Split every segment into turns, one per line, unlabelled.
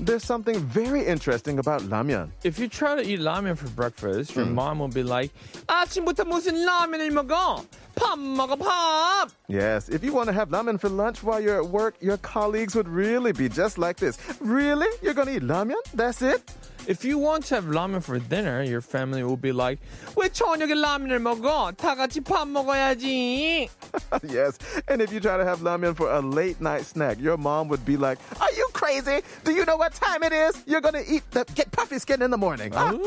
There's something very interesting about ramyeon.
If you try to eat ramen for breakfast, your mom will be like, 아침부터 무슨 라면을 먹어? 밥 먹어 밥!
Yes, if you want to have ramen for lunch while you're at work, your colleagues would really be just like this. Really? You're going to eat ramyeon? That's it?
If you want to have ramen for dinner, your family will be like, 왜 저녁에 라면을 먹어? 다 같이 밥 먹어야지.
yes. And if you try to have ramen for a late night snack, your mom would be like, Are you crazy? Do you know what time it is? You're going to eat the get puffy skin in the morning. Ah,
음.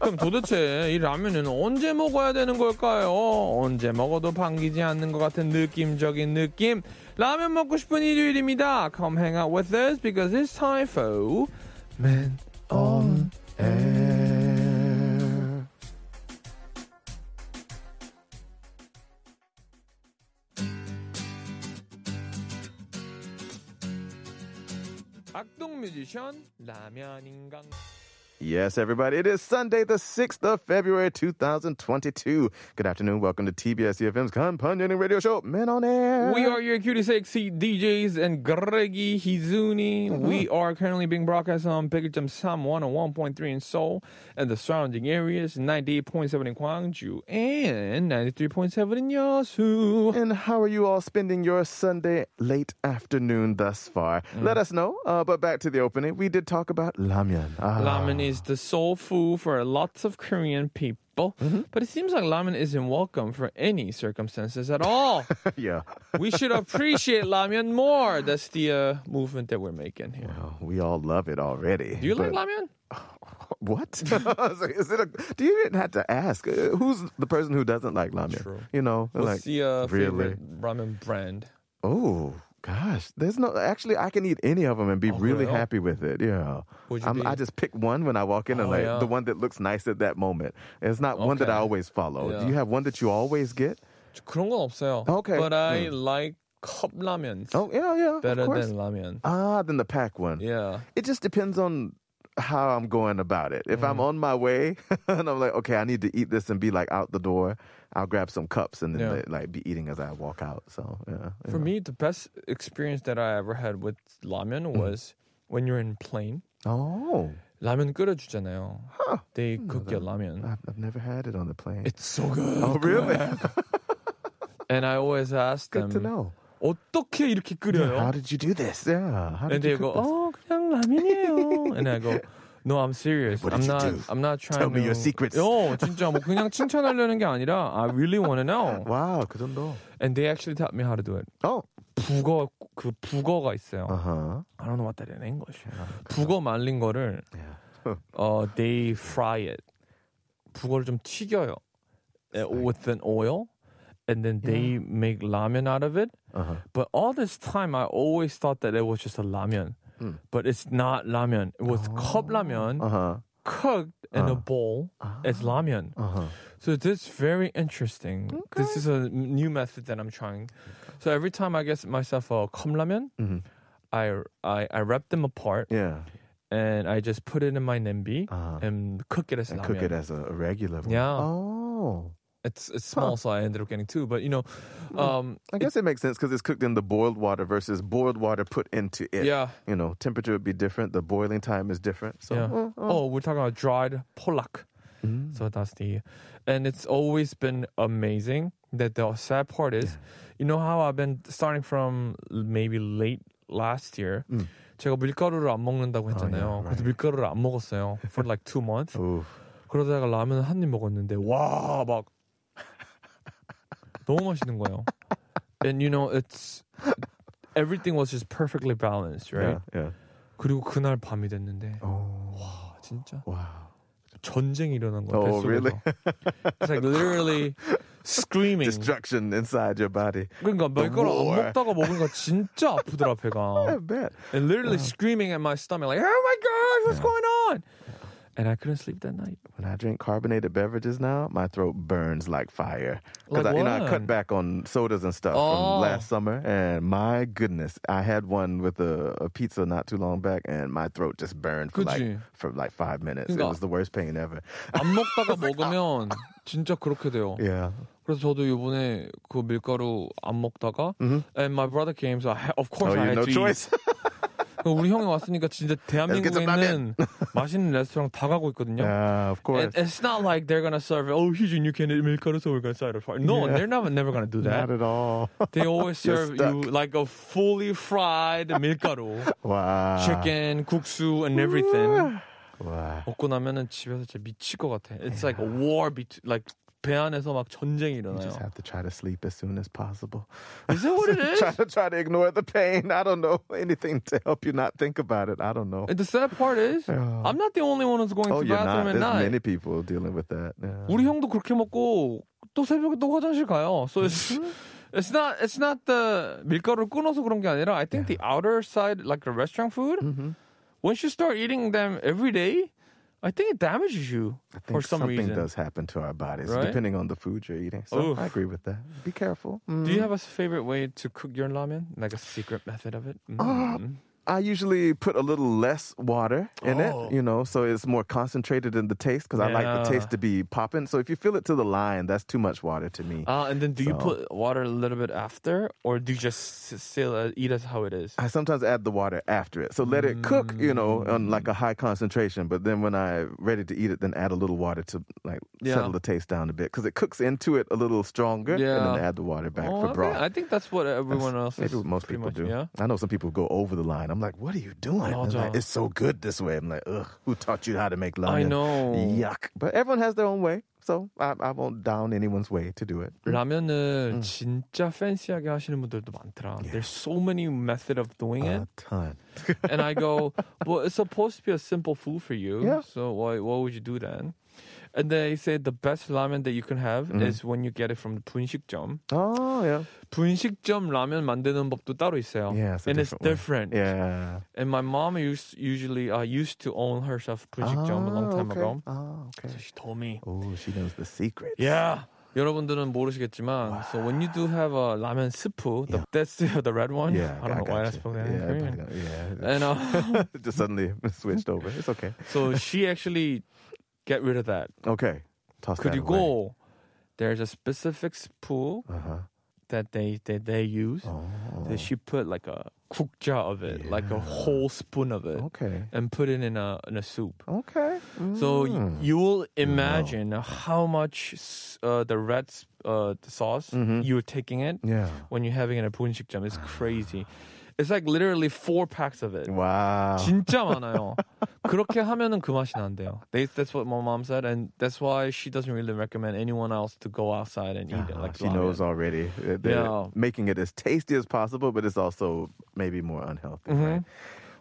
그럼 도대체 이 라면은 언제 먹어야 되는 걸까요? 언제 먹어도 반기지 않는 것 같은 느낌적인 느낌. 라면 먹고 싶은 일요일입니다. Come hang out with us because it's time for men on.
air.
악동 뮤지션 라면 인강.
Yes, everybody. It is Sunday, the 6th of February, 2022. Good afternoon. Welcome to TBS EFM's E Companion Radio Show, Men on Air.
We are your cutie sexy DJs and Greggy Hizuni. We are currently being broadcast on oh Big Jump Sam 101.3 in Seoul and the surrounding areas, 98.7 in Gwangju and 93.7 in Yeosu.
And how are you all spending your Sunday late afternoon thus far?
Mm.
Let us know. Uh, but back to the opening, we did talk about ramyeon. Ah.
Ramen is the soul food for lots of Korean people, but it seems like ramen isn't welcome for any circumstances at all.
yeah.
we should appreciate ramen more. That's the uh, movement that we're making here.
Oh, we all love it already.
Do you like
but-
ramen?
What? So is it a, do you even have to ask? Uh, who's the person who doesn't like ramen?
True.
You know, they're
What's
like
the uh,
really?
favorite ramen brand?
Oh gosh, there's no. Actually, I can eat any of them and be really
그래요?
happy with it. Yeah,
Would Oh, you
I'm,
be-
I just pick one when I walk in, and
Oh,
like
yeah.
the one that looks nice at that moment. It's not one that I
Okay.
always follow.
Yeah.
Do you have one that you always get?
그런 건 없어요.
Okay. Mm.
But I like cup ramen
Oh yeah, yeah.
better
of course.
than ramen.
ah than the pack one.
Yeah.
It just depends on how I'm going about it. If
Mm-hmm.
I'm on my way and I'm like, okay, I need to eat this and be like out the door, I'll grab some cups and then
Yeah.
like- like be eating as I walk out. So yeah,
For
yeah.
me, the best experience that I ever had with ramen
Mm.
was when you're in plane.
Oh,
라면 끓여주잖아요. They cook your ramen.
I've, I've never had it on the plane.
It's so good.
Mm. oh really?
And I always ask
Good
them,
to know.
어떻게 이렇게
How
끓여요?
did you do this? Yeah. How did
And they
you
go,
cook this?
oh, 그냥 라면이에요. And I go, no, I'm serious.
What
I'm
did you
not.
do?
I'm not trying.
Tell
to...
me your secrets.
어, 진짜 뭐 그냥 칭찬하려는 게 아니라 I really want to know.
Wow, 그 정도.
And they actually taught me how to do it.
Oh.
북어 그 북어가 있어요.
Uh huh.
I don't know what that is in English. 북어 말린 거를
Yeah.
어 they fry it. 북어를 좀 튀겨요. Uh, with an oil and then they make ramen out of it.
Uh-huh.
But all this time I always thought that it was just a ramen. But it's not ramen. It was cup ramen
Hmm. Oh. Uh huh.
cooked in a bowl as ramen.
Uh huh.
So this is very interesting. This is a new method that I'm trying. So every time I get myself a 컵라면, I, I I wrap them apart
Mm-hmm. Yeah.
and I just put it in my nimbi
Uh-huh.
and cook it as
And
ramen.
cook it as a regular one.
Yeah.
Oh.
it's it's small, so I ended up getting two. But you know,
Hmm.
um,
I guess it makes sense because it's cooked in the boiled water versus boiled water put into it.
Yeah.
You know, temperature would be different. The boiling time is different. So,
yeah. oh, we're talking about dried polak.
Mm.
So that's the, and it's always been amazing. That the sad part is, you know how I've been starting from maybe late last year. 제가 밀가루를 안 먹는다고
Mm. yeah, Oh.
했잖아요. 그래서 밀가루를 안 먹었어요 for like two months.
Oof.
그러다가 라면 한 입 먹었는데 와막 너무 맛있는 거예요. And you know it's everything was just perfectly balanced, right?
Yeah. Yeah.
그리고 그날 밤이 됐는데
Oh.
와 진짜
Wow.
전쟁이 일어난 거예요.
Oh,
뱃속에서.
really?
It's like literally screaming.
Destruction inside your body.
그러니까 말걸 안
war.
먹다가 먹으니까 진짜 아프더라
I
배가.
bet.
"Oh And literally screaming at my stomach like, oh my god, what's going on? and I couldn't sleep that night.
When I drink carbonated beverages now, my throat burns like fire. Because I,
Like
you know, I cut
what?
back on sodas and stuff from
Oh.
last summer, and my goodness, I had one with a, a pizza not too long back, and my throat just burned for
Could
like
you?
for like five minutes. It
그러니까-
was the worst pain ever.
안 먹다가 먹으면 진짜 그렇게
oh.
돼요.
yeah.
그래서 저도 이번에 그 밀가루 안 먹다가 and my brother came so I, of
Mm-hmm. Oh,
course I
you
had
no
to
choice.
eat. 그 우리 형이 왔으니까
get
진짜
some
대한민국에는 맛있는 레스토랑 다 가고 있거든요.
yeah, of course.
And it's not like they're gonna serve. Oh, Hyun, you can eat milkaru, so we're gonna serve it. for-" No,
Yeah.
they're never never gonna do that.
Not at all.
They always
You're
serve you like a fully fried 밀가루,
wow.
chicken, 국수, and everything.
Wow.
먹고 나면은 집에서 진짜 미칠 것 같아. It's like a war between, like 배 안에서 막 전쟁이
You just
일어나요.
have to try to sleep as soon as possible.
Is that what it is?
try to try to ignore the pain. I don't know anything to help you not think about it. I don't know.
And the sad part is, I'm not the only one who's going
oh,
to
you're not. There's
bathroom at night.
many people dealing with that. Yeah.
우리 형도 그렇게 먹고 또 새벽에 또 화장실 가요. So it's it's not it's not the 밀가루를 끊어서 그런 게 아니라 I think the outer side like the restaurant food
Mm-hmm.
once you start eating them every day I think it damages you
I think
for some
something
reason.
does happen to our bodies
Right?
depending on the food you're eating. So
Oof.
I agree with that. Be careful. Mm.
Do you have a favorite way to cook your ramen? Like a secret method of it? Mm.
Ah. I usually put a little less water in
Oh.
it, you know, so it's more concentrated in the taste because I like the
Yeah.
taste to be popping. So if you fill it to the line, that's too much water to me.
Ah, and then do you
So-
put water a little bit after, or do you just s- still uh, eat as how it is?
I sometimes add the water after it. So let it cook, you know, on like a
Mm.
high concentration. But then when I ready to eat it, then add a little water to like
Yeah.
settle the taste down a bit because it cooks into it a little stronger, and then
Yeah.
add the water back
Oh,
for
okay.
broth.
I think that's what everyone else
Maybe
is
what most
pretty
people
much,
do.
Yeah.
I know some people go over the line. I'm like, what are you doing? And they're
맞아.
like, it's so good this way. I'm like, ugh, who taught you how to make ramen?
I know.
Yuck. But everyone has their own way, so I, I won't down anyone's way to do it.
라면을 진짜 팬시하게 하시는 분들도 많더라. There's so many method of doing
A
it,
ton.
and I go, well, it's supposed to be a simple food for you.
Yeah.
So why why would you do that? And they say the best ramen that you can have
Mm-hmm.
is when you get it from the 분식점.
Oh yeah,
분식점 라면 만드는 법도 따로 있어요.
Yeah, it's a
Oh. and it's different.
different yeah.
And my mom used usually uh, used to own herself 분식점 a
Ah,
long time
okay.
ago.
Oh okay.
So she told me.
Oh, she knows the secret.
Yeah. 여러분들은 모르시겠지만, so when you do have a ramen soup, the, that's the, the red one.
Yeah.
I don't know
got
why
you.
I spoke that in
Yeah, everybody
Korean.
got- yeah.
And uh,
Just suddenly switched over. It's okay.
so she actually get rid of that.
Okay. Toss that away.
그리고 there's a specific spoon
Uh-huh.
that they that they use.
Oh.
That she put like a kukja of it, like a whole spoon of it,
Okay.
and put it in a in a soup.
Okay. Hmm.
So y-
Mm.
you will imagine how much s- uh, the red s- uh, the sauce
Mm-hmm.
you're taking it
Yeah.
when you're having it at 분식점. It's crazy. It's like literally four packs of it.
Wow.
진짜 많아요. 그렇게 하면은 그 맛이 난대요. They, that's what my mom said, and that's why she doesn't really recommend anyone else to go outside and eat it.
Uh-huh.
Like
she knows
ramen.
already. Uh, They're
Yeah.
making it as tasty as possible, but it's also maybe more unhealthy. Right?
Mm-hmm.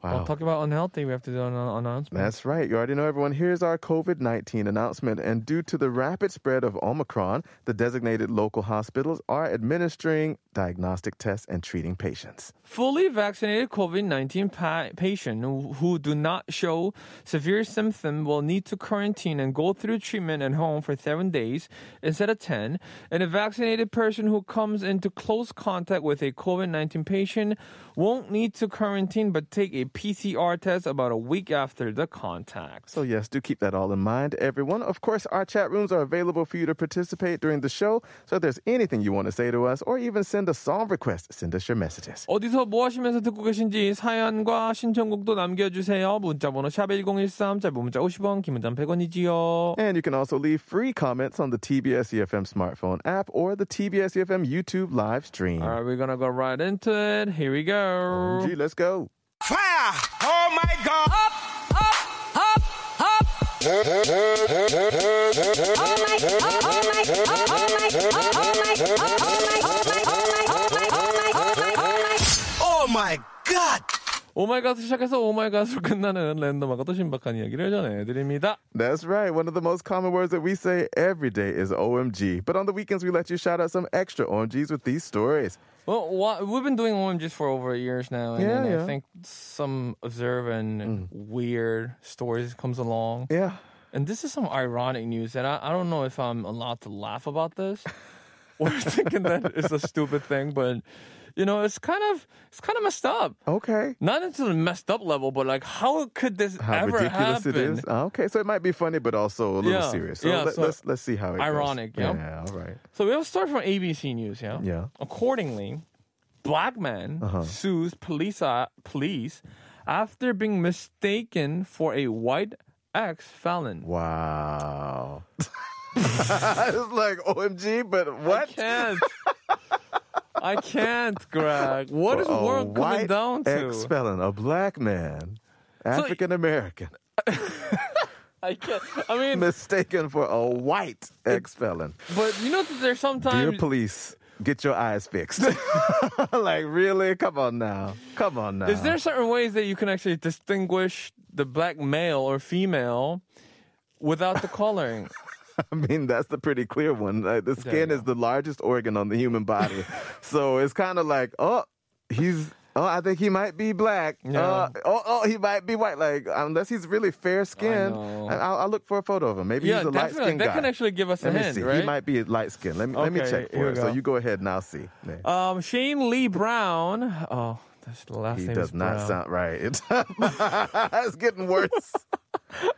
Wow.
Well, talk about unhealthy. We have to do an an announcement.
That's right. You already know everyone. Here's our COVID 19 announcement. And due to the rapid spread of Omicron, the designated local hospitals are administering diagnostic tests and treating patients.
Fully vaccinated COVID 19 pa- patient who- who do not show severe symptom will need to quarantine and go through treatment at home for seven days instead of 10. And a vaccinated person who comes into close contact with a COVID 19 patient won't need to quarantine but take a PCR test about a week after the contact.
So, yes, do keep that all in mind, everyone. Of course, our chat rooms are available for you to participate during the show. So, if there's anything you want to say to us or even send a song request, send us your messages.
어디서 뭐 하시면서 듣고 계신지 사연과 신청곡도 남겨주세요. 문자번호 샵1013, 짧은 문자 50원, 긴 문자 100원이지요.
And you can also leave free comments on the TBS EFM E smartphone app or the TBS EFM E YouTube live stream.
All right, we're gonna go right into it. Here we go.
Gee, let's go.
Fire! Oh my god! Oh my god!
오마이갓 Oh 시작해서 오마이갓으로 끝나는 랜덤하고 또 신박한 이야기를 전해드립니다.
That's right. One of the most common words that we say every day is OMG. But on the weekends, we let you shout out some extra OMGs with these stories.
Well, wha- we've been doing OMGs for over a years now, and
Yeah,
then
yeah.
Mm. I think some observant weird stories comes along.
Yeah.
and this is some ironic news, and I, I don't know if I'm allowed to laugh about this. We're thinking that it's a stupid thing, but you know, it's kind of it's kind of messed up.
Okay.
Not into the messed up level, but like, how could this
How
ever
ridiculous
happen?
it is. Ah, Okay, so it might be funny, but also a little
Yeah,
serious. So,
yeah,
let,
so
us let's see how it goes.
ironic, yeah.
Yeah, all right.
So we have a story from ABC News. Yeah.
Yeah. Uh-huh.
Accordingly, black man sues police uh, police after being mistaken for a white ex felon.
Wow. it's like OMG, but what?
Can't. I can't, Greg. What is
a
work coming
white
down to?
Ex felon, a black man, African American,
I can't. I mean,
mistaken for a white ex felon.
but you know that there's
Dear
sometimes
police, get your eyes fixed. like, really? Come on now. Come on now.
is there certain ways that you can actually distinguish the black male or female without the coloring.
I mean, that's the pretty clear one. Like, the skin
you
is the largest organ on the human body. so it's kind of like, oh, he's, oh, I think he might be black.
Yeah.
Uh, oh, oh, he might be white. Like, unless he's really fair skinned,
know.
I'll, I'll look for a photo of him. Maybe
yeah,
he's a light
definitely.
skinned
That
guy.
can actually give us
let
a
me
hint,
see.
right?
He might be light skinned. Let me, let me
Okay,
check for
here
it.
we
So
go.
you go ahead and I'll see. Yeah.
Um, Shane Lee Brown. Oh, that's the last
he
name. is
does not
Brown.
sound right. it's getting worse.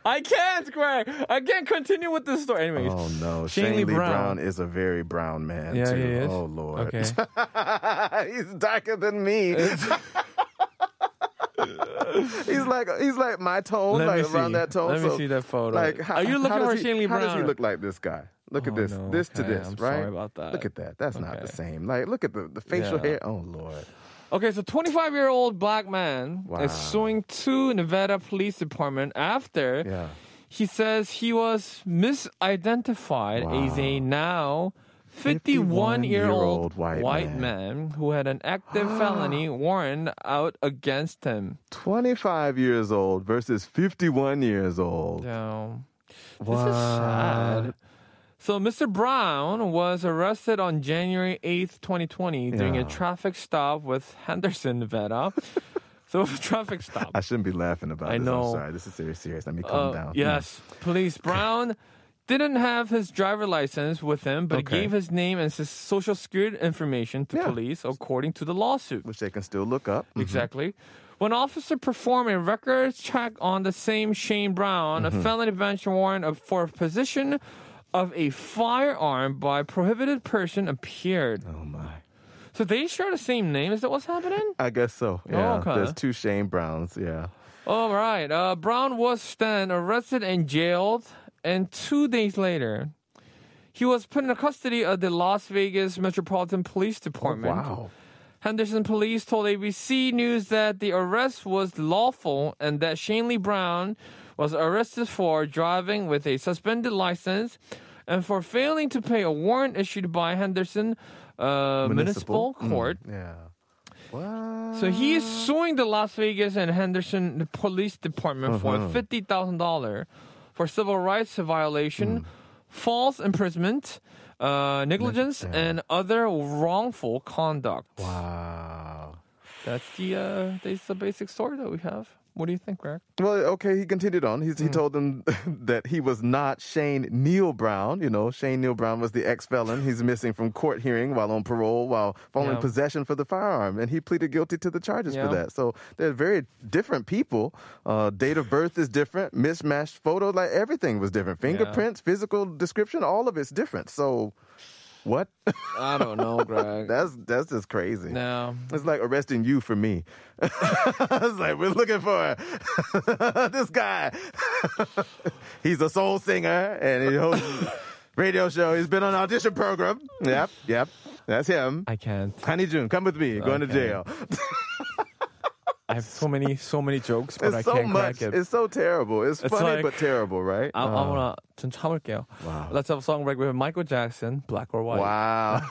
I can't, Greg. I can't continue with this story. Anyways.
Oh no,
Shane
Shane
Lee
Lee Brown.
Brown
is a very brown man
Yeah,
too.
he is.
Oh lord,
Okay.
he's darker than me. he's like he's like my tone,
Let
like
me
around
see.
that tone.
Let me
So,
see that photo.
Like, how,
Are you looking
how does
for
he-
Shane Lee
How does he
Brown?
look like this guy? Look at
Oh,
this,
no.
this to
Okay,
this,
I'm
right?
sorry about that.
Look at that. That's not the
Okay.
same. Like, look at the, the facial
Yeah.
hair. Oh lord.
Okay, so 25 year old black man
Wow.
is suing two Nevada police department after
Yeah.
he says he was misidentified
Wow.
as a now 51 year
51-year-old
old
white
white,
man.
man who had an active felony warrant out against him.
25 years old versus 51 years old.
So, This is sad. So, Mr. Brown was arrested on January 8th, 2020, during a
Yeah.
traffic stop with Henderson, Nevada. so, it was a traffic stop.
I shouldn't be laughing about
I
this.
know.
I'm sorry. This is serious. Serious. Let me
Uh,
calm down.
Yes, police. Brown didn't have his driver license with him, but
Okay.
gave his name and his social security information to
Yeah.
police, according to the lawsuit.
which they can still look up.
Exactly. When officer performed a records check on the same Shane Brown,
Mm-hmm.
a felony bench warrant of- for possession of a firearm by prohibited person appeared.
Oh my.
So they share the same name. Is that what's happening?
I guess so. Yeah.
Oh, okay.
There's two Shane Browns. Yeah.
All right. Uh, Brown was then arrested and jailed, and two days later, he was put in custody of the Las Vegas Metropolitan Police Department.
Oh, Wow.
Henderson police told ABC News that the arrest was lawful and that Shane Lee Brown was arrested for driving with a suspended license and for failing to pay a warrant issued by Henderson uh, Municipal,
Mm,
Court.
Yeah. Wow.
So he is suing the Las Vegas and Henderson Police Department for fifty thousand dollar for civil rights violation, false imprisonment, uh, negligence, and other wrongful conduct.
Wow.
That's the uh, that's the basic story that we have. What do you think, Greg?
Well, okay, he continued on. He's,
Mm.
He told them that he was not Shane Neil Brown. You know, Shane Neil Brown was the ex felon. He's missing from court hearing while on parole, while following
Yeah.
possession for the firearm. And he pleaded guilty to the charges for
Yeah.
that. So they're very different people. Uh, date of birth is different, mismatched photos, like everything was different. Fingerprints, physical description, all of it's different. So what?
I don't know, Greg.
that's, that's just crazy.
no,
It's like arresting you for me. it's like we're looking for this guy. He's a soul singer and he hosts a radio show. He's been on audition program. Yep, yep. That's him.
I can't.
Honey June, come with me. Going to
Okay.
jail.
I have so many so many jokes, but I
It's so
can't
much.
crack it.
It's so terrible. It's,
It's
funny
like-
but terrible, right?
I, I wanna 좀 참을게요.
Wow.
Let's have a song break with Michael Jackson, Black or White.
wow.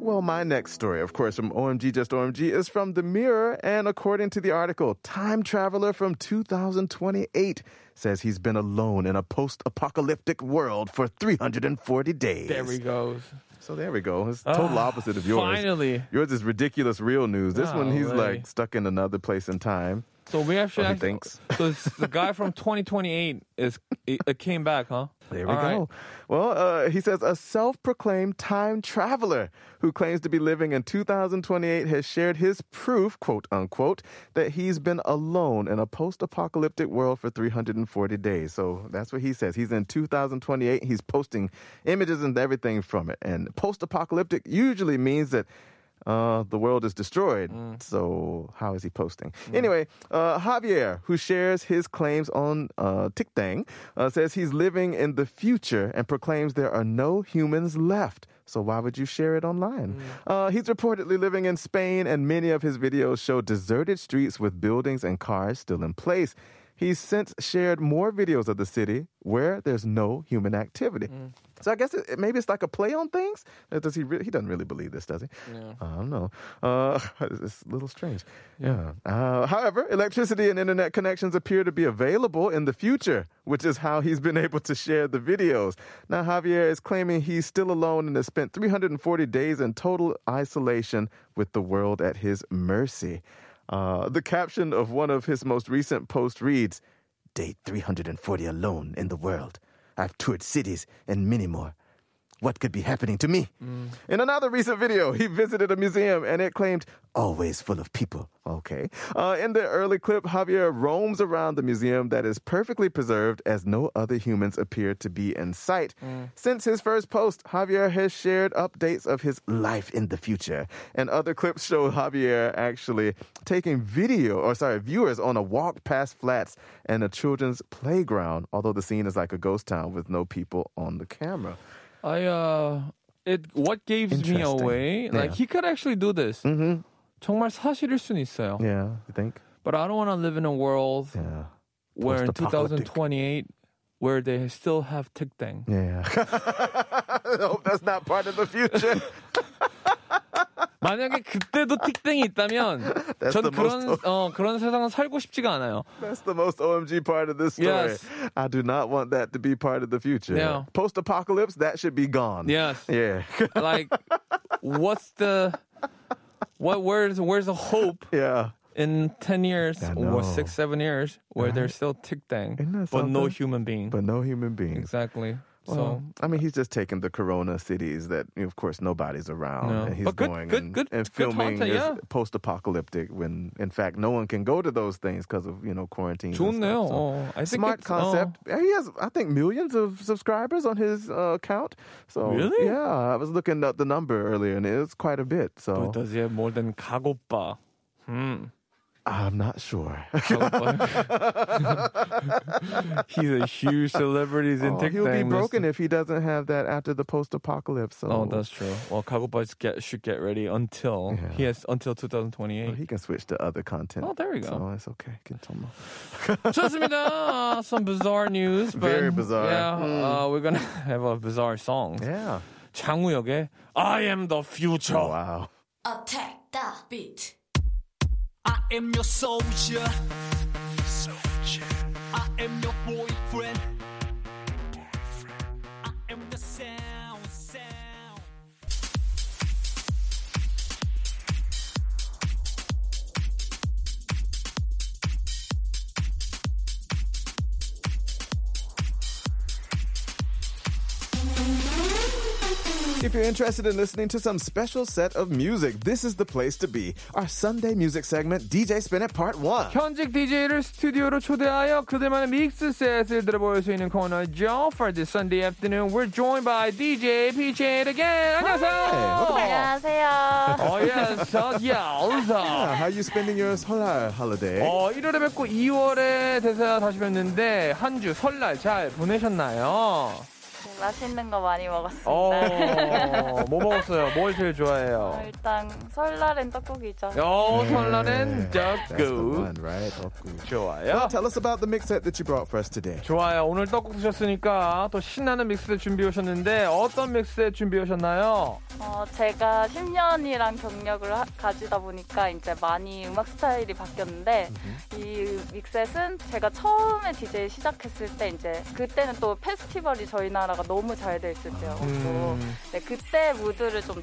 Well, my next story, of course, from OMG Just OMG, is from The Mirror. And according to the article, Time Traveler from 2028 says he's been alone in a post apocalyptic world for 340 days.
There we goes.
So there we go. It's total opposite of yours.
finally.
Yours is ridiculous real news. This one, he's
Golly.
like stuck in another place in time.
So we actually,
Oh,
actually
thanks.
so it's the guy from 2028 is it, it came back, huh?
There we
All right.
go. Well, uh, he says a self proclaimed time traveler who claims to be living in 2028 has shared his proof, quote unquote, that he's been alone in a post apocalyptic world for 340 days. So that's what he says. He's in 2028. He's posting images and everything from it. And post apocalyptic usually means that. Uh, the world is destroyed. So how is he posting? Anyway, uh, Javier, who shares his claims on uh, TikTang, uh, says he's living in the future and proclaims there are no humans left. So why would you share it online? Uh, he's reportedly living in Spain, and many of his videos show deserted streets with buildings and cars still in place. He's since shared more videos of the city where there's no human activity. So I guess it, it- maybe it's like a play on things. Uh, Does he? Re- he doesn't really believe this, does he? I don't know. Uh, it's a little strange. Yeah. Uh, however, electricity and internet connections appear to be available in the future, which is how he's been able to share the videos. Now Javier is claiming he's still alone and has spent 340 days in total isolation with the world at his mercy. Uh, the caption of one of his most recent posts reads Day 340 alone in the world. I've toured cities and many more. What could be happening to me? In another recent video, he visited a museum and it claimed, always full of people. Okay. Uh, in the early clip, Javier roams around the museum that is perfectly preserved as no other humans appear to be in sight. Since his first post, Javier has shared updates of his life in the future. And other clips show Javier actually taking video, or sorry, viewers on a walk past flats and a children's playground, although the scene is like a ghost town with no people on the camera.
I uh, it what gives me
Interesting.
away? Like
Yeah. Mm-hmm.
he could actually do this. 정말 사실일 수는 있어요.
Yeah, you think?
But I don't want to live in a world
Yeah.
where in
Post-apocalyptic.
2028 where they still have tickdang.
Yeah. I hope that's not part of the future.
만약에 그때도 틱땡이 있다면
That's
전
the
그런
most-
어, 그런 세상은 살고 싶지가 않아요.
that's the most OMG part of this story.
Yes.
I do not want that to be part of the future.
No.
Post apocalypse, that should be gone.
Yes.
Yeah.
Like what's the what where's where's the hope
yeah.
in 10 years
I know.
or 6 7 years where there's still tickdang
Isn't that
but no
something?
human being.
But no human beings.
exactly.
Well,
so
I mean, he's just taking the Corona cities that, you know, of course, nobody's around,
No.
and he's
But good-
going
good-
and,
good-
and
good
filming
content,
is
yeah.
post-apocalyptic. When in fact, no one can go to those things because of you know quarantine. and stuff.
좋네요.
So,
어, I think
Smart
it's-
concept.
oh.
He has, I think, millions of subscribers on his uh, account. So
Really?
yeah, I was looking up the number earlier, and it's quite a bit.
어.
So
Does he have more than 가고빠? Hmm. 음.
I'm not sure.
가고빠. He's a huge celebrity in
Oh,
tickdang.
he'll be
list.
broken if he doesn't have that after the post-apocalypse. So
Oh, that's true. Well, Kagoboys get should get ready until
Yeah.
he has until 2028.
he can switch to other content.
Oh, there we go.
So it's okay. 괜찮아.
좋습니다. Some bizarre news, but
Very bizarre. Mm.
Yeah, uh, we're gonna have a bizarre song.
Yeah.
장우혁의 I Am the Future.
Oh, Wow.
Attack the beat.
I am your soldier. Soldier. I am your boyfriend. I am the sound, sound.
If you're interested in listening to some special set of music, this is the place to be. Our Sunday music segment, DJ Spin It Part 1.
현직 DJ를 스튜디오로 초대하여 그들만의 믹스 셋을 들어볼 수 있는 코너죠. For this Sunday afternoon, we're joined by DJ PJ again. 안녕하세요.
안녕하세요.
Oh yes, oh yeah, Oh, also.
How are you spending your 설날 holiday?
어, 1월에 뵙고 2월에 대사 다시 뵀는데 한 주 설날 잘 보내셨나요?
맛있는 거 많이 먹었습니다.
어, 뭐 먹었어요? 뭘 제일
어,
좋아해요?
일단 설날엔 떡국이죠.
네.
어, 설날엔
That's the
떡국.
one, right? 떡국.
좋아요.
Tell us about the mix set that you brought for us today.
좋아요. 오늘 떡국 드셨으니까 또 신나는 믹스 준비해 오셨는데 어떤 믹스 준비해 오셨나요?
어, 제가 10년이란 경력을 하- 가지다 보니까 이제 많이 음악 스타일이 바뀌었는데 이 믹셋은 제가 처음에 DJ 시작했을 때 이제 그때는 또 페스티벌이 저희 나라가 너무 잘 돼 있을 때였고
음.
네, 그때 무드를 좀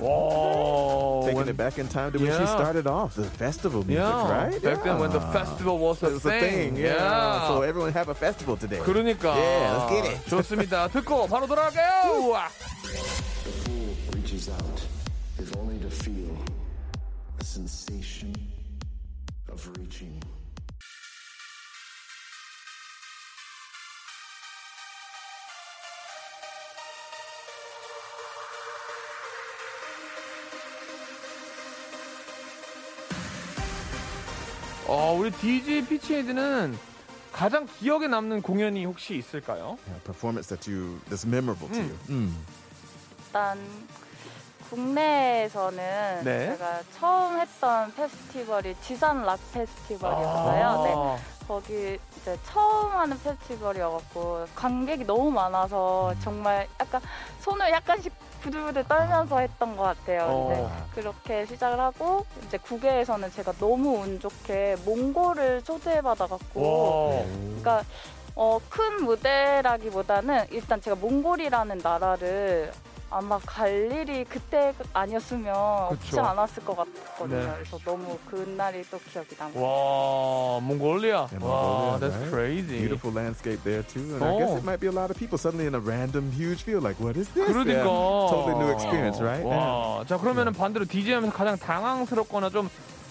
Taking
와. Oh, when-
it back in time to when she
Yeah.
started off the festival music,
Yeah.
right?
Back then when the
Yeah.
festival was a
It's a thing.
thing.
Yeah.
Yeah.
So everyone have a festival today.
그러니까.
Yeah, let's get it.
좋습니다. 듣고 바로 돌아갈게요. 우와.
fool reaches out if only to feel the sensation of reaching.
어, 우리 DJ 피치헤드는 가장 기억에 남는 공연이 혹시 있을까요?
Yeah, performance that you that's memorable to you.
일단 국내에서는
네.
제가 처음 했던 페스티벌이 지산 락 페스티벌이었어요.
아.
네. 거기 이제 처음 하는 페스티벌이어갖고 관객이 너무
음.
많아서 정말 약간 손을 약간씩 부들부들 떨면서 했던 것 같아요. 근데
어.
그렇게 시작을 하고 이제 국외에서는 제가 너무 운 좋게 몽골을 초대받아갖고
와.
그러니까 어, 큰 무대라기보다는 일단 제가 몽골이라는 나라를 아마 갈 일이 그때 아니었으면 없지
그쵸.
않았을 것 같거든요.
네.
그래서 너무 그날이 또 기억이 남고
와, 몽골리아.
Yeah,
와,
Mongolia,
that's
right?
crazy.
Beautiful landscape there too, and I guess
Oh.
it might be a lot of people suddenly in a random huge field. Like, what is this?
그러니까. 어.
Yeah, totally new experience, right? Yeah.
와. 자, 그러면은 반대로 DJ 하면서 가장 당황스럽거나 좀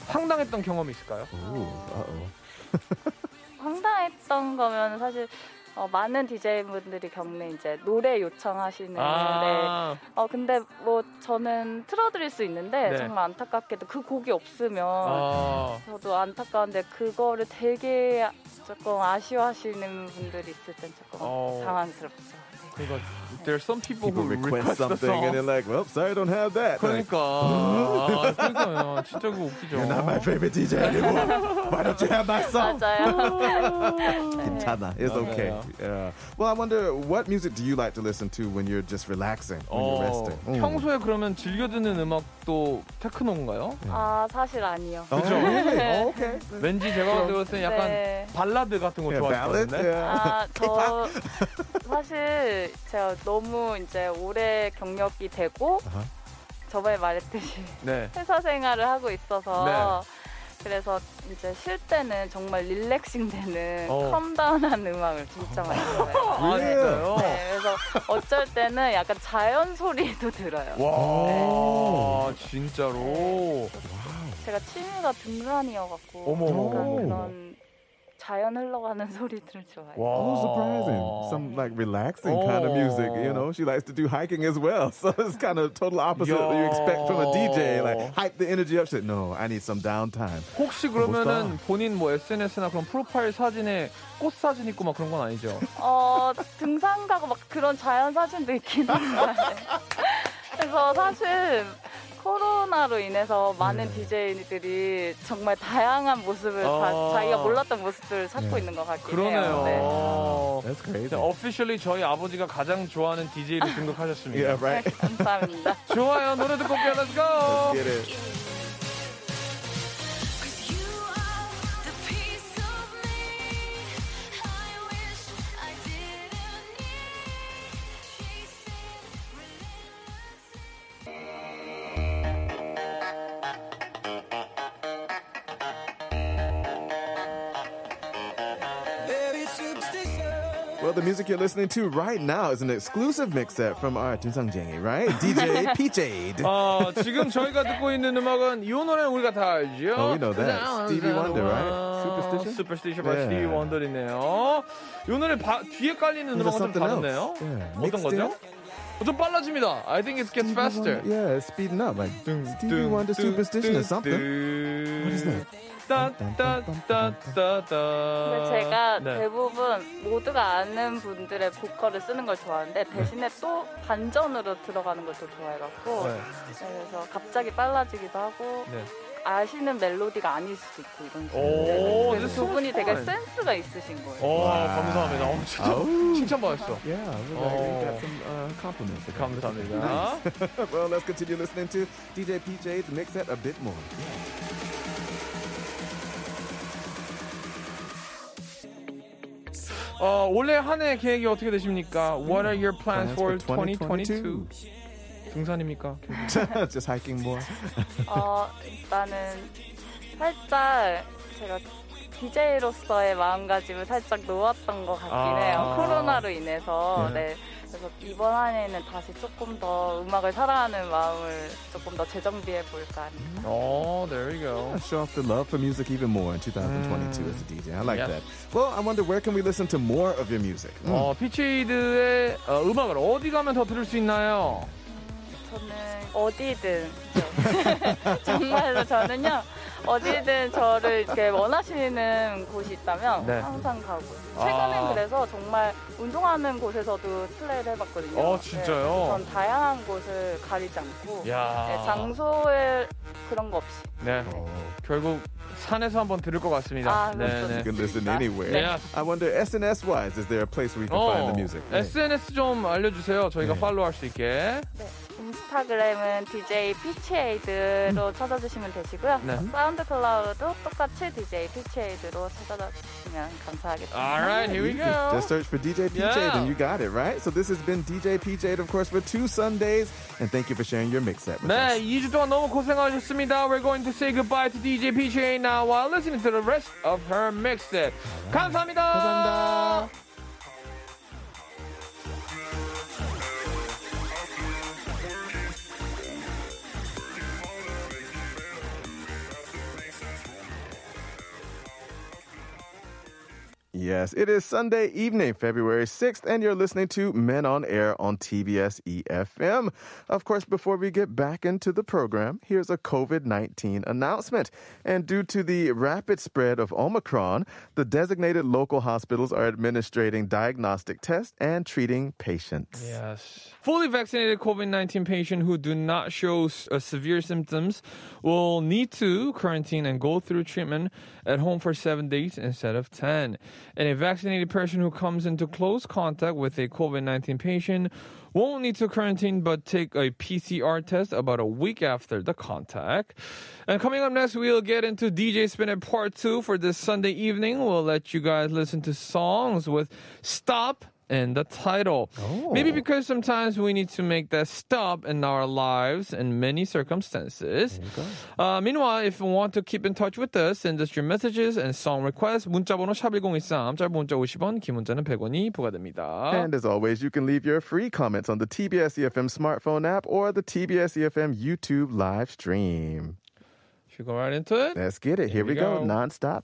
황당했던 경험이 있을까요?
Ooh, uh-oh.
Oh,
황당했던 거면 사실 어, 많은 DJ분들이 겪는 이제 노래 요청하시는 데
아.
어, 근데 뭐 저는 틀어드릴 수 있는데
네.
정말 안타깝게도 그 곡이 없으면
아.
저도 안타까운데 그거를 되게 조금 아쉬워하시는 분들이 있을 땐 조금
어.
당황스럽죠. 네.
그러니까 there's some people,
People
who
request something, and they're like, "Well, sorry, I don't have that." Like,
그러니까. 아, 그러니까요. 진짜 그거 웃기죠.
You're not my favorite DJ anymore. Why don't you have my
어.
song?
맞아요.
Tada, It's okay.
yeah.
Yeah. Well, I wonder what music do you like to listen to when you're just relaxing, when you're
어,
resting? Mm.
Oh. 평소에 그러면 즐겨 듣는 음악도 테크노인가요?
아 사실 아니요.
Oh,
그죠?
really? Oh, okay.
왠지 제가 들었을 때 약간
네.
발라드 같은 거
Yeah, ballad.
좋아하시는데
Yeah.
그러니까.
아저 사실 제가 너무 이제 오래 경력이 되고
아하.
저번에 말했듯이
네.
회사 생활을 하고 있어서 그래서 이제 쉴 때는 정말 릴렉싱 되는
어.
컴다운한 음악을 진짜 많이 들어요.
아 진짜요?
네, 그래서 어쩔 때는 약간 자연 소리도 들어요.
와 진짜로
제가 취미가 등산이어갖고
어머.
약간 그런 자연 흘러가는 소리들을 좋아해요.
와
Oh, surprising. Some like relaxing kind of music,
Oh.
you know. She likes to do hiking as well, so it's kind of total opposite of what you expect from a DJ.
Yo.
Like hype the energy up. She said, "No, I need some downtime."
혹시 그러면은 본인 뭐 SNS나 그런 프로파일 사진에 꽃 사진 있고 막 그런 건 아니죠?
어, 등산 가고 막 그런 자연 사진도 있긴 한데. 그래서 사실 코로나로 인해서 많은
네.
DJ들이 정말 다양한 모습을
어.
다, 자기가 몰랐던 모습들을 찾고
네.
있는 것 같긴 해요. 네.
그러네요.
That's crazy.
어피셜리 저희 아버지가 가장 좋아하는 DJ로 등극하셨습니다.
Yeah, right.
감사합니다.
좋아요 노래 듣고 올게요. Let's go.
Get it.
Cause you are the piece of me I wish I didn't need. Chasing relentlessly.
Baby, superstition.
Well, the music you're listening to right now is an exclusive mix set from our Jinsang Jengi, right? DJ Peachade.
어, 지금 저희가 듣고 있는 음악은 이 노래 우리가 다 알죠.
Oh, we know that. Stevie Wonder, right? Superstition?
Superstition by
Yeah.
Stevie Wonder이네요. 이 노래 바, 뒤에 깔리는
There's
음악은 좀
something
다르네요.
else. Yeah.
어떤
Mixed
거죠? 좀 빨라집니다. I think it gets faster.
Yeah, it's speeding up. Like Stevie Wonder Superstition or something.
What
is that?
따따따따따.
근데 제가
네.
대부분 모두가 아는 분들의 보컬을 쓰는 걸
네.
좋아하는데 대신에 또 반전으로 들어가는 걸 또 좋아해갖고
네.
그래서 갑자기 빨라지기도 하고
네.
아시는 멜로디가 아닐 수도 있고 이런
오,
식으로 그래서
근데
두 분이 되게
센스가
센스가 있으신 거예요.
어, 감사합니다. 어, 진짜
아우.
칭찬받았어.
Yeah, I really
Oh.
got some uh, compliments. there.
감사합니다.
well, let's continue listening to DJ PJ's mix set a bit more.
어, 올해 한 해 계획이 어떻게 되십니까? What are your plans for 2022? 등산입니까?
Just hiking more.
어, 일단은 살짝 제가 DJ로서의 마음가짐을 살짝 놓았던 것 같긴
아.
해요. 코로나로 인해서.
네.
네. 그래서 이번 한 해는 다시 조금 더 음악을 사랑하는 마음을 조금 더 재정비해 볼까 합니다.
어, there you go.
Show off the love for music even more in 2022 as a DJ. I like
Yeah. Mm.
that. Well, I wonder where can we listen to more of your music? Oh,
어, 피치이드의 어, 음악을 어디 가면 더 들을 수 있나요?
저는 어디든 정말로 저는요 어디든 저를 이렇게 원하시는 곳이 있다면
네.
항상 가고 최근엔
아.
그래서 정말 운동하는 곳에서도 플레이를 해봤거든요. 네,
어, 진짜요?
그래서 전 다양한 곳을 가리지 않고
야.
네, 장소에 그런 거 없이
네. 결국 산에서 한번 들을 것 같습니다.
아,
네,
You
네.
can listen
Yeah.
anywhere.
Yeah. Oh,
I wonder SNS wise, is there a place where you can
어,
find the music? 네.
SNS 좀 알려주세요. 저희가 팔로우 할 수 있게.
인스타그램은 DJ 피치에이드로 찾아주시면 되시고요.
네.
사운드 클라우드 똑같이 DJ 피치에이드로 찾아주시면 감사하겠습니다.
Alright, here we go.
Just search for DJ PJ,
Yeah.
and you got it, right? So this has been DJ PJ, of course, for two Sundays, and thank you for sharing your mix set with
네,
us.
2주 동안 너무 고생하셨습니다. We're going to say goodbye to DJ PJ now while listening to the rest of her mix set. 감사합니다.
감사합니다. Yes, it is Sunday evening, February 6th, and you're listening to Men on Air on TBS EFM. E Of course, before we get back into the program, here's a COVID 19 announcement. And due to the rapid spread of Omicron, the designated local hospitals are administering diagnostic tests and treating patients.
Yes. Fully vaccinated COVID 19 patient who do not show s- uh, severe symptoms will need to quarantine and go through treatment at home for seven days instead of 10. And a vaccinated person who comes into close contact with a COVID 19 patient won't need to quarantine but take a PCR test about a week after the contact. And coming up next, we'll get into DJ Spin at part two for this Sunday evening. We'll let you guys listen to songs with Stop in the title.
Oh.
Maybe because sometimes we need to make that stop in our lives in many circumstances. Uh, meanwhile, if you want to keep in touch with us, send us your messages and song requests. 문자번호 샵1013, 짧은 문자 50원, 긴 문자는 100원이 부과됩니다.
And as always, you can leave your free comments on the TBS EFM E smartphone app or the TBS EFM E YouTube live stream.
Should we go right into it?
Let's get it. Here, we
we
go.
go.
nonstop.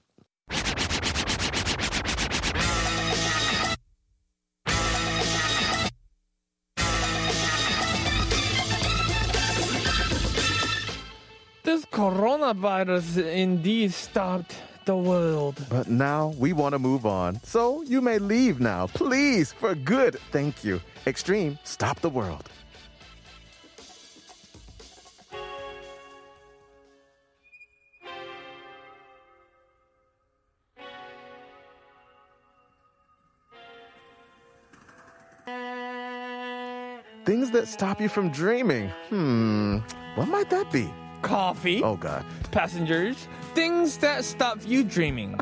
This coronavirus indeed stopped the world.
But now we want to move on. So you may leave now, please, for good. Thank you. Extreme, stop the world. Things that stop you from dreaming. Hmm, what might that be?
Coffee,
Oh, God.
passengers, things that stop you dreaming.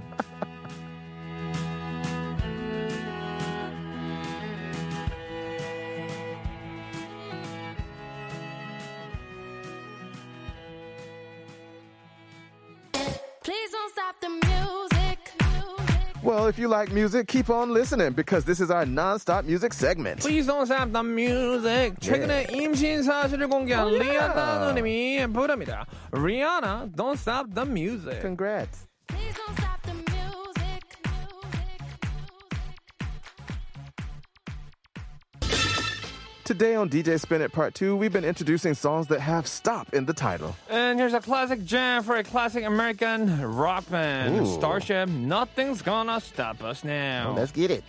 Please don't stop the music.
Well, if you like music, keep on listening because this is our nonstop music segment.
Please don't stop the music. 최근에 임신 사실을 공개한
Oh, yeah.
리아나 누님이 부릅니다. Rihanna, don't stop the music.
Congrats.
Please don't stop the music. music, music.
Today on DJ Spin It Part 2, we've been introducing songs that have stop in the title.
And here's a classic jam for a classic American rock band,
Ooh. Oh.
Starship. Nothing's gonna stop us now.
get it.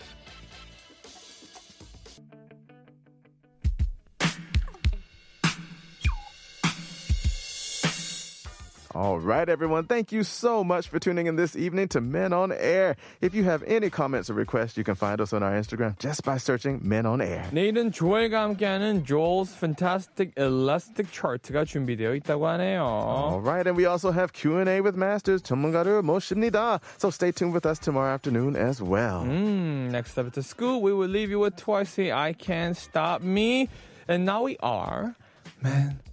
All right, everyone. Thank you so much for tuning in this evening to Men on Air. If you have any comments or requests, you can find us on our Instagram just by searching Men on Air.
내일은 조엘과 함께하는 Joel's Fantastic Elastic Chart가 준비되어 있다고 하네요.
All right, and we also have Q&A with Masters 전문가를 모십니다. So stay tuned with us tomorrow afternoon as well.
Mm, next up to school, we will leave you with Twice I Can't Stop Me. And now we are Men